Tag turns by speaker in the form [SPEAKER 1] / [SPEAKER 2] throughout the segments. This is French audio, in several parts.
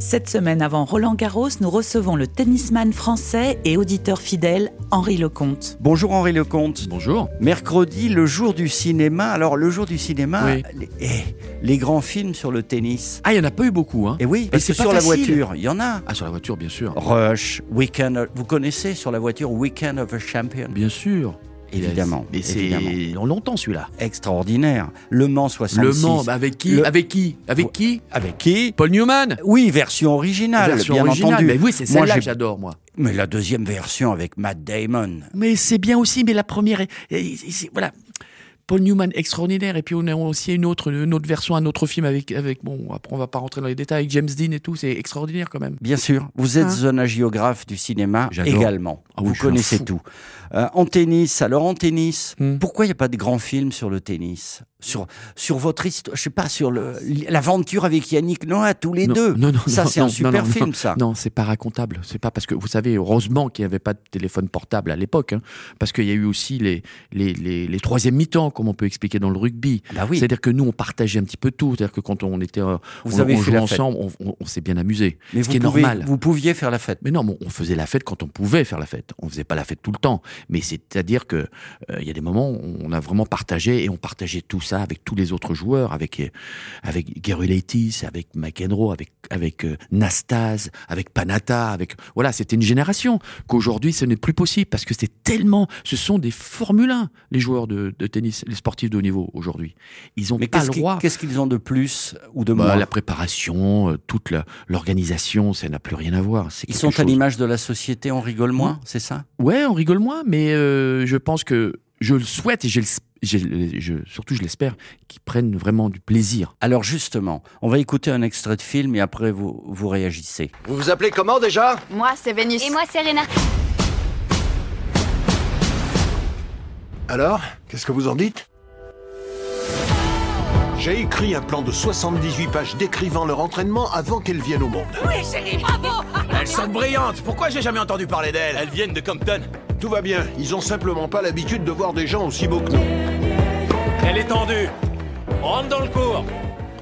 [SPEAKER 1] Cette semaine avant Roland Garros, nous recevons le tennisman français et auditeur fidèle Henri Lecomte.
[SPEAKER 2] Bonjour Henri Lecomte.
[SPEAKER 3] Bonjour.
[SPEAKER 2] Mercredi, le jour du cinéma. Alors, le jour du cinéma,
[SPEAKER 3] Oui.
[SPEAKER 2] les, eh, les grands films sur le tennis.
[SPEAKER 3] Ah, il n'y en a pas eu beaucoup, hein
[SPEAKER 2] Et oui, parce que
[SPEAKER 3] c'est pas
[SPEAKER 2] sur la
[SPEAKER 3] facile.
[SPEAKER 2] voiture, il y en a.
[SPEAKER 3] Ah, sur la voiture, bien sûr.
[SPEAKER 2] Rush, Weekend. Vous connaissez sur la voiture Weekend of a Champion
[SPEAKER 3] Bien sûr.
[SPEAKER 2] Évidemment,
[SPEAKER 3] Mais c'est
[SPEAKER 2] évidemment.
[SPEAKER 3] longtemps celui-là.
[SPEAKER 2] Extraordinaire. Le Mans 66.
[SPEAKER 3] Le Mans, bah, avec qui
[SPEAKER 2] Le-
[SPEAKER 3] Avec qui Avec
[SPEAKER 2] Ouais.
[SPEAKER 3] qui
[SPEAKER 2] Avec qui
[SPEAKER 3] Paul Newman
[SPEAKER 2] Oui, version originale,
[SPEAKER 3] Version
[SPEAKER 2] bien
[SPEAKER 3] originale.
[SPEAKER 2] entendu.
[SPEAKER 3] Mais oui, c'est
[SPEAKER 2] Moi,
[SPEAKER 3] celle-là
[SPEAKER 2] j'ai-
[SPEAKER 3] que j'adore, moi.
[SPEAKER 2] Mais la deuxième version avec Matt Damon.
[SPEAKER 3] Mais c'est bien aussi, mais la première. est- est- est- c'est- voilà. Paul Newman, extraordinaire. Et puis on a aussi une autre, une autre version, un autre film avec, avec. Bon, après, on va pas rentrer dans les détails. Avec James Dean et tout, c'est extraordinaire quand même.
[SPEAKER 2] Bien sûr, vous êtes zonagéographe du cinéma
[SPEAKER 3] J'adore.
[SPEAKER 2] également.
[SPEAKER 3] Ah oui,
[SPEAKER 2] vous
[SPEAKER 3] je suis un
[SPEAKER 2] connaissez
[SPEAKER 3] fou.
[SPEAKER 2] tout. Euh, en tennis, alors en tennis,
[SPEAKER 3] Hmm.
[SPEAKER 2] pourquoi il n'y a pas de grand film sur le tennis sur, sur votre histoire, je sais pas, sur le- l'aventure avec Yannick Noah, tous les
[SPEAKER 3] Non,
[SPEAKER 2] deux.
[SPEAKER 3] non, non,
[SPEAKER 2] ça,
[SPEAKER 3] non,
[SPEAKER 2] c'est un
[SPEAKER 3] non,
[SPEAKER 2] super
[SPEAKER 3] non, non,
[SPEAKER 2] film,
[SPEAKER 3] non.
[SPEAKER 2] ça.
[SPEAKER 3] Non, c'est pas racontable. C'est pas parce que vous savez, heureusement qu'il n'y avait pas de téléphone portable à l'époque, hein, parce qu'il y a eu aussi les les les, les troisième mi-temps, comme on peut expliquer dans le rugby.
[SPEAKER 2] Bah oui,
[SPEAKER 3] C'est-à-dire que nous, on partageait un petit peu tout. C'est-à-dire que quand on était, euh,
[SPEAKER 2] Vous
[SPEAKER 3] on,
[SPEAKER 2] avez
[SPEAKER 3] on
[SPEAKER 2] fait
[SPEAKER 3] jouait
[SPEAKER 2] la fête.
[SPEAKER 3] ensemble, on, on- on s'est bien amusé.
[SPEAKER 2] mais
[SPEAKER 3] ce
[SPEAKER 2] vous,
[SPEAKER 3] qui est
[SPEAKER 2] pouvez-
[SPEAKER 3] normal.
[SPEAKER 2] vous pouviez faire la fête.
[SPEAKER 3] Mais non, mais on faisait la fête quand on pouvait faire la fête. On faisait pas la fête tout le temps. Mais c'est-à-dire que euh, il y a des moments où on a vraiment partagé et on partageait tout ça avec tous les autres joueurs, avec euh, avec Gerulaitis, avec McEnroe, avec avec euh, Nastase, avec Panata, avec voilà, c'était une génération qu'aujourd'hui ce n'est plus possible parce que c'est tellement, ce sont des Formule 1 les joueurs de, de tennis, les sportifs de haut niveau aujourd'hui. Ils ont
[SPEAKER 2] Mais
[SPEAKER 3] pas
[SPEAKER 2] qu'est-ce
[SPEAKER 3] le
[SPEAKER 2] qui-
[SPEAKER 3] droit.
[SPEAKER 2] qu'est-ce qu'ils ont de plus ou de
[SPEAKER 3] Bah,
[SPEAKER 2] moins
[SPEAKER 3] la préparation, euh, toute la- l'organisation, ça n'a plus rien à voir. C'est
[SPEAKER 2] Ils
[SPEAKER 3] quelque
[SPEAKER 2] sont à
[SPEAKER 3] chose- Hmm.
[SPEAKER 2] l'image de la société, on rigole moins, c'est ça
[SPEAKER 3] Ouais, on rigole moins, mais euh, je pense que je le souhaite et j'ai le- j'ai le- je- surtout je l'espère qu'ils prennent vraiment du plaisir.
[SPEAKER 2] Alors justement, on va écouter un extrait de film et après vous, vous réagissez.
[SPEAKER 4] Vous vous appelez comment déjà
[SPEAKER 5] Moi, c'est Vénus.
[SPEAKER 6] Et moi, Serena.
[SPEAKER 4] Alors, qu'est-ce que vous en dites J'ai écrit un plan de 78 pages décrivant leur entraînement avant qu'elles viennent au monde.
[SPEAKER 7] Elles sont brillantes. Pourquoi j'ai jamais entendu parler d'elles Elles viennent de Compton.
[SPEAKER 4] Tout va bien, ils ont simplement pas l'habitude de voir des gens aussi beaux que nous.
[SPEAKER 7] Elle est tendue. Rentre dans le cours.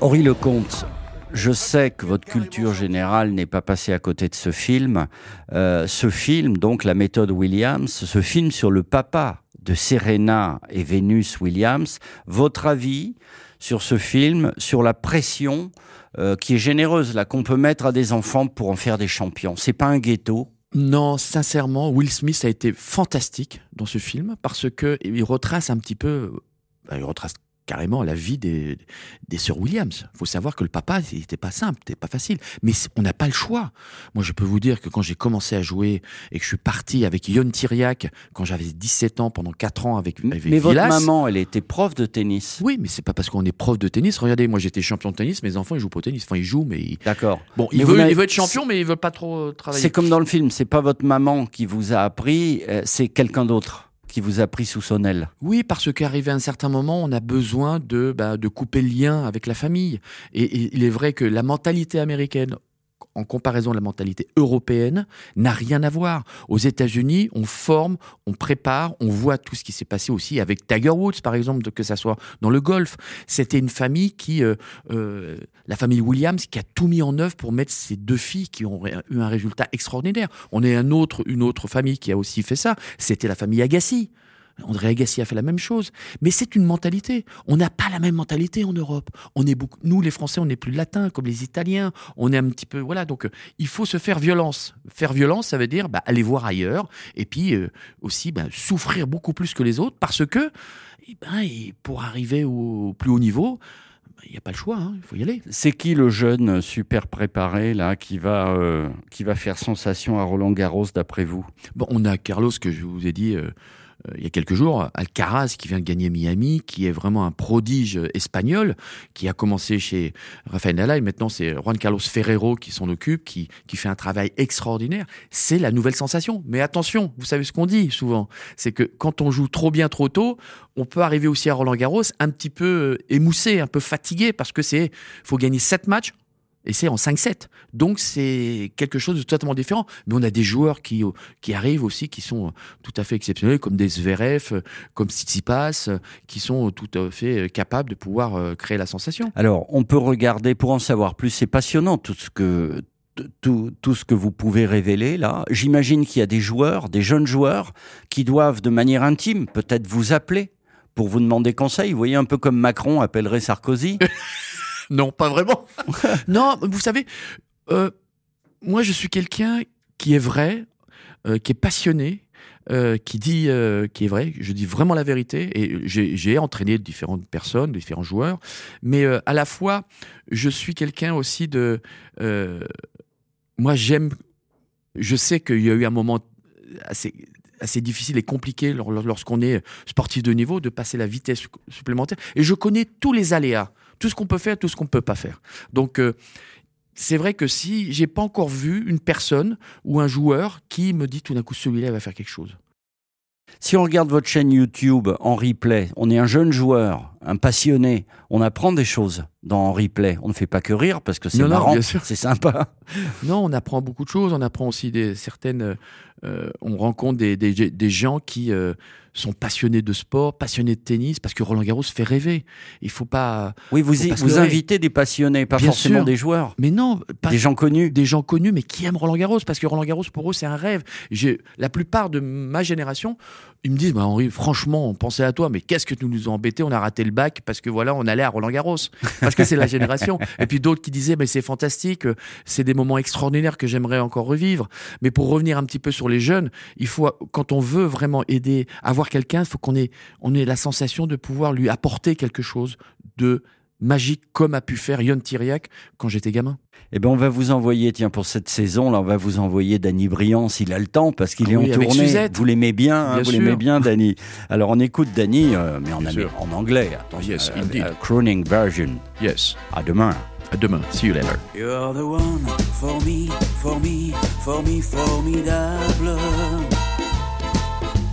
[SPEAKER 2] Henri Lecomte, je sais que votre culture générale n'est pas passée à côté de ce film. Euh, ce film, donc la méthode Williams, ce film sur le papa de Serena et Venus Williams, votre avis sur ce film, sur la pression euh, qui est généreuse, là, qu'on peut mettre à des enfants pour en faire des champions. C'est pas un ghetto.
[SPEAKER 3] Non, sincèrement, Will Smith a été fantastique dans ce film parce que il retrace un petit peu, ben, il retrace carrément la vie des, des sœurs Williams. faut savoir que le papa, il n'était pas simple, c'était pas facile. Mais c- on n'a pas le choix. Moi, je peux vous dire que quand j'ai commencé à jouer et que je suis parti avec Yon Tiriac quand j'avais 17 ans pendant 4 ans avec,
[SPEAKER 2] Mais
[SPEAKER 3] avec
[SPEAKER 2] votre
[SPEAKER 3] Villas,
[SPEAKER 2] maman, elle était prof de tennis.
[SPEAKER 3] Oui, mais c'est pas parce qu'on est prof de tennis. Regardez, moi j'étais champion de tennis, mes enfants ils jouent pas au tennis. Enfin, ils jouent, mais ils...
[SPEAKER 2] D'accord.
[SPEAKER 3] bon,
[SPEAKER 2] Mais
[SPEAKER 3] ils
[SPEAKER 2] vous
[SPEAKER 3] veulent,
[SPEAKER 2] n'avez-
[SPEAKER 3] ils veulent être champion, mais ils veulent pas trop euh, travailler.
[SPEAKER 2] C'est comme dans le film, c'est pas votre maman qui vous a appris, euh, c'est quelqu'un d'autre qui vous a pris sous son aile.
[SPEAKER 3] Oui, parce qu'arrivé à un certain moment, on a besoin de, bah, de couper le lien avec la famille. Et, et il est vrai que la mentalité américaine, en comparaison de la mentalité européenne, n'a rien à voir. Aux États-Unis, on forme, on prépare, on voit tout ce qui s'est passé aussi avec Tiger Woods, par exemple, de- que ça soit dans le golf. C'était une famille qui, euh, euh, la famille Williams, qui a tout mis en œuvre pour mettre ces deux filles qui ont ré- eu un résultat extraordinaire. On est un autre, une autre famille qui a aussi fait ça. C'était la famille Agassi. André Agassi a fait la même chose. Mais c'est une mentalité. On n'a pas la même mentalité en Europe. On est beaucoup, nous, les Français, on est plus latins, comme les Italiens. On est un petit peu, voilà. Donc, euh, il faut se faire violence. Faire violence, ça veut dire bah, aller voir ailleurs. Et puis euh, aussi bah, souffrir beaucoup plus que les autres parce que, eh ben, et pour arriver au plus haut niveau, bah, il n'y a pas le choix. hein. Il faut y aller.
[SPEAKER 2] C'est qui le jeune super préparé là qui va euh, qui va faire sensation à Roland Garros d'après vous
[SPEAKER 3] Bon, on a Carlos que je vous ai dit. euh, euh, il y a quelques jours, Alcaraz, qui vient de gagner Miami, qui est vraiment un prodige euh, espagnol, qui a commencé chez Rafael Nadal, et maintenant c'est Juan Carlos Ferrero qui s'en occupe, qui, qui fait un travail extraordinaire. C'est la nouvelle sensation. Mais attention, vous savez ce qu'on dit souvent, c'est que quand on joue trop bien trop tôt, on peut arriver aussi à Roland Garros un petit peu euh, émoussé, un peu fatigué, parce que c'est faut gagner 7 matchs, et c'est en 5-7. Donc c'est quelque chose de totalement différent. Mais on a des joueurs qui, qui arrivent aussi, qui sont euh, tout à fait exceptionnels, comme des Zverev, euh, comme Tsitsipas, euh, qui sont tout à fait euh, capables de pouvoir euh, créer la sensation.
[SPEAKER 2] Alors, on peut regarder pour en savoir plus. C'est passionnant tout ce que tout, tout ce que vous pouvez révéler là. J'imagine qu'il y a des joueurs, des jeunes joueurs, qui doivent de manière intime peut-être vous appeler pour vous demander conseil. Vous voyez un peu comme Macron appellerait Sarkozy.
[SPEAKER 3] Non, pas vraiment. non, vous savez, euh, moi je suis quelqu'un qui est vrai, euh, qui est passionné. euh, qui dit euh, qui est vrai, je dis vraiment la vérité et j'ai j'ai entraîné différentes personnes, différents joueurs, mais euh, à la fois je suis quelqu'un aussi de euh, moi j'aime je sais qu'il y a eu un moment assez assez difficile et compliqué lor- lor- lorsqu'on est sportif de niveau de passer la vitesse supplémentaire et je connais tous les aléas tout ce qu'on peut faire, tout ce qu'on ne peut pas faire. Donc, euh, c'est vrai que si j'ai pas encore vu une personne ou un joueur qui me dit tout d'un coup celui-là va faire quelque chose.
[SPEAKER 2] Si on regarde votre chaîne YouTube en replay, on est un jeune joueur, un passionné, on apprend des choses dans en replay. On ne fait pas que rire parce que c'est
[SPEAKER 3] Non, non,
[SPEAKER 2] marrant,
[SPEAKER 3] bien sûr.
[SPEAKER 2] c'est sympa.
[SPEAKER 3] Non, on apprend beaucoup de choses. On apprend aussi des certaines. euh, euh, on rencontre des, des, des gens qui euh, sont passionnés de sport, passionnés de tennis, parce que Roland Garros fait rêver. Il faut pas.
[SPEAKER 2] Oui, vous,
[SPEAKER 3] Faut pas se
[SPEAKER 2] vous
[SPEAKER 3] leurrer.
[SPEAKER 2] invitez des passionnés, pas
[SPEAKER 3] Bien
[SPEAKER 2] forcément
[SPEAKER 3] sûr.
[SPEAKER 2] des joueurs,
[SPEAKER 3] Mais non, pas
[SPEAKER 2] des gens connus.
[SPEAKER 3] des gens connus, mais qui aiment Roland Garros, parce que Roland Garros, pour eux, c'est un rêve. J'ai La plupart de ma génération, ils me disent, bah, Henri, franchement, on pensait à toi, mais qu'est-ce que tu nous as embêtés On a raté le bac parce que voilà, on allait à Roland Garros, parce que c'est la génération. Et puis d'autres qui disaient, mais c'est fantastique, euh, c'est des moments extraordinaires que j'aimerais encore revivre. Mais pour revenir un petit peu sur les jeunes, il faut, quand on veut vraiment aider, avoir quelqu'un, il faut qu'on ait, on ait la sensation de pouvoir lui apporter quelque chose de magique, comme a pu faire Yon Tiriac quand j'étais gamin.
[SPEAKER 2] Eh ben, on va vous envoyer, tiens, pour cette saison, là, on va vous envoyer Danny Briand s'il a le temps, parce qu'il
[SPEAKER 3] Ah
[SPEAKER 2] est
[SPEAKER 3] oui,
[SPEAKER 2] en
[SPEAKER 3] avec
[SPEAKER 2] tournée.
[SPEAKER 3] Suzette.
[SPEAKER 2] Vous l'aimez bien, hein,
[SPEAKER 3] Bien
[SPEAKER 2] vous l'aimez
[SPEAKER 3] sûr.
[SPEAKER 2] bien, Danny. Alors, on écoute Danny, euh, mais en,
[SPEAKER 3] Bien
[SPEAKER 2] amé-
[SPEAKER 3] sûr.
[SPEAKER 2] en anglais. Attention,
[SPEAKER 3] Yes,
[SPEAKER 2] euh,
[SPEAKER 3] indeed.
[SPEAKER 2] euh, crooning version.
[SPEAKER 3] Yes.
[SPEAKER 2] À demain.
[SPEAKER 3] À demain. See you later.
[SPEAKER 5] You're the one for me, for me, for me, formidable.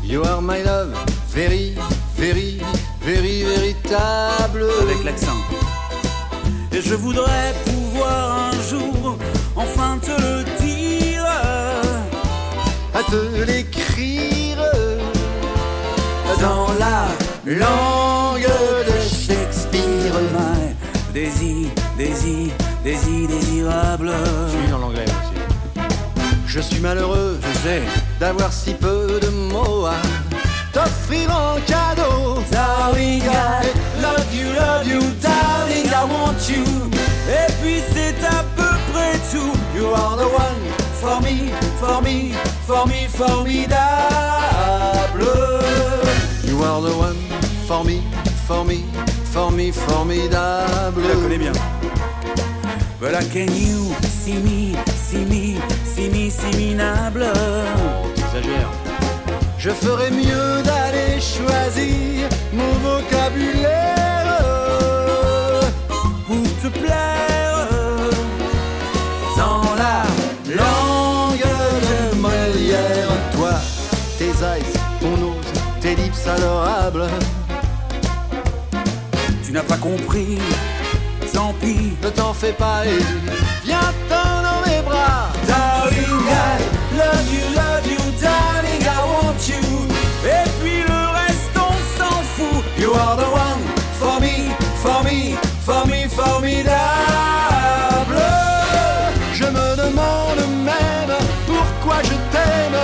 [SPEAKER 7] You are my love, very, very, very, véritable.
[SPEAKER 5] Avec l'accent. Et je voudrais pouvoir un jour enfin te le dire.
[SPEAKER 7] À te l'écrire.
[SPEAKER 5] Dans la
[SPEAKER 7] Langue de
[SPEAKER 5] Shakespeare, my désir, désir, désir, désirable.
[SPEAKER 7] suis dans l'anglais aussi. Je suis malheureux, je sais, d'avoir si peu de mots à t'offrir en cadeau.
[SPEAKER 5] Darling, I love you, love you, darling, I want you. Et puis c'est à peu près tout. You are the one for me, for me, for me, formidable.
[SPEAKER 7] You are the one for me, for me, for me, formidable.
[SPEAKER 5] Je la connais bien. Voilà, can you see me, see me, see me, see me, nable.
[SPEAKER 7] Exagère. Je ferais mieux d'aller choisir mon vocabulaire.
[SPEAKER 5] Pour te plaire dans la
[SPEAKER 7] Langue de Molière, toi, tes eyes, ton nose, tes lips adorables.
[SPEAKER 5] Tu n'as pas compris, tant pis.
[SPEAKER 7] Ne t'en fais pas et viens t'en dans mes bras.
[SPEAKER 5] Darling, I love you, love you, darling, I want you. Et puis le reste, on s'en fout. You are the one for me, for me, for me, formidable.
[SPEAKER 7] Je me demande même pourquoi je t'aime.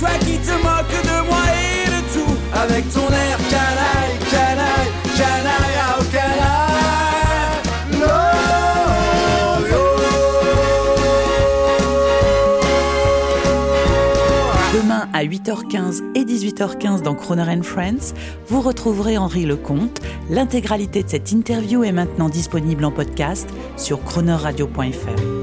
[SPEAKER 5] Toi qui te moques de moi et de tout, avec ton air canaille, canaille, canaille, oh canaille.
[SPEAKER 7] Love
[SPEAKER 1] Demain à 8h15 et 18h15 dans Croner and Friends, vous retrouverez Henri Lecomte. L'intégralité de cette interview est maintenant disponible en podcast sur cronerradio.fr.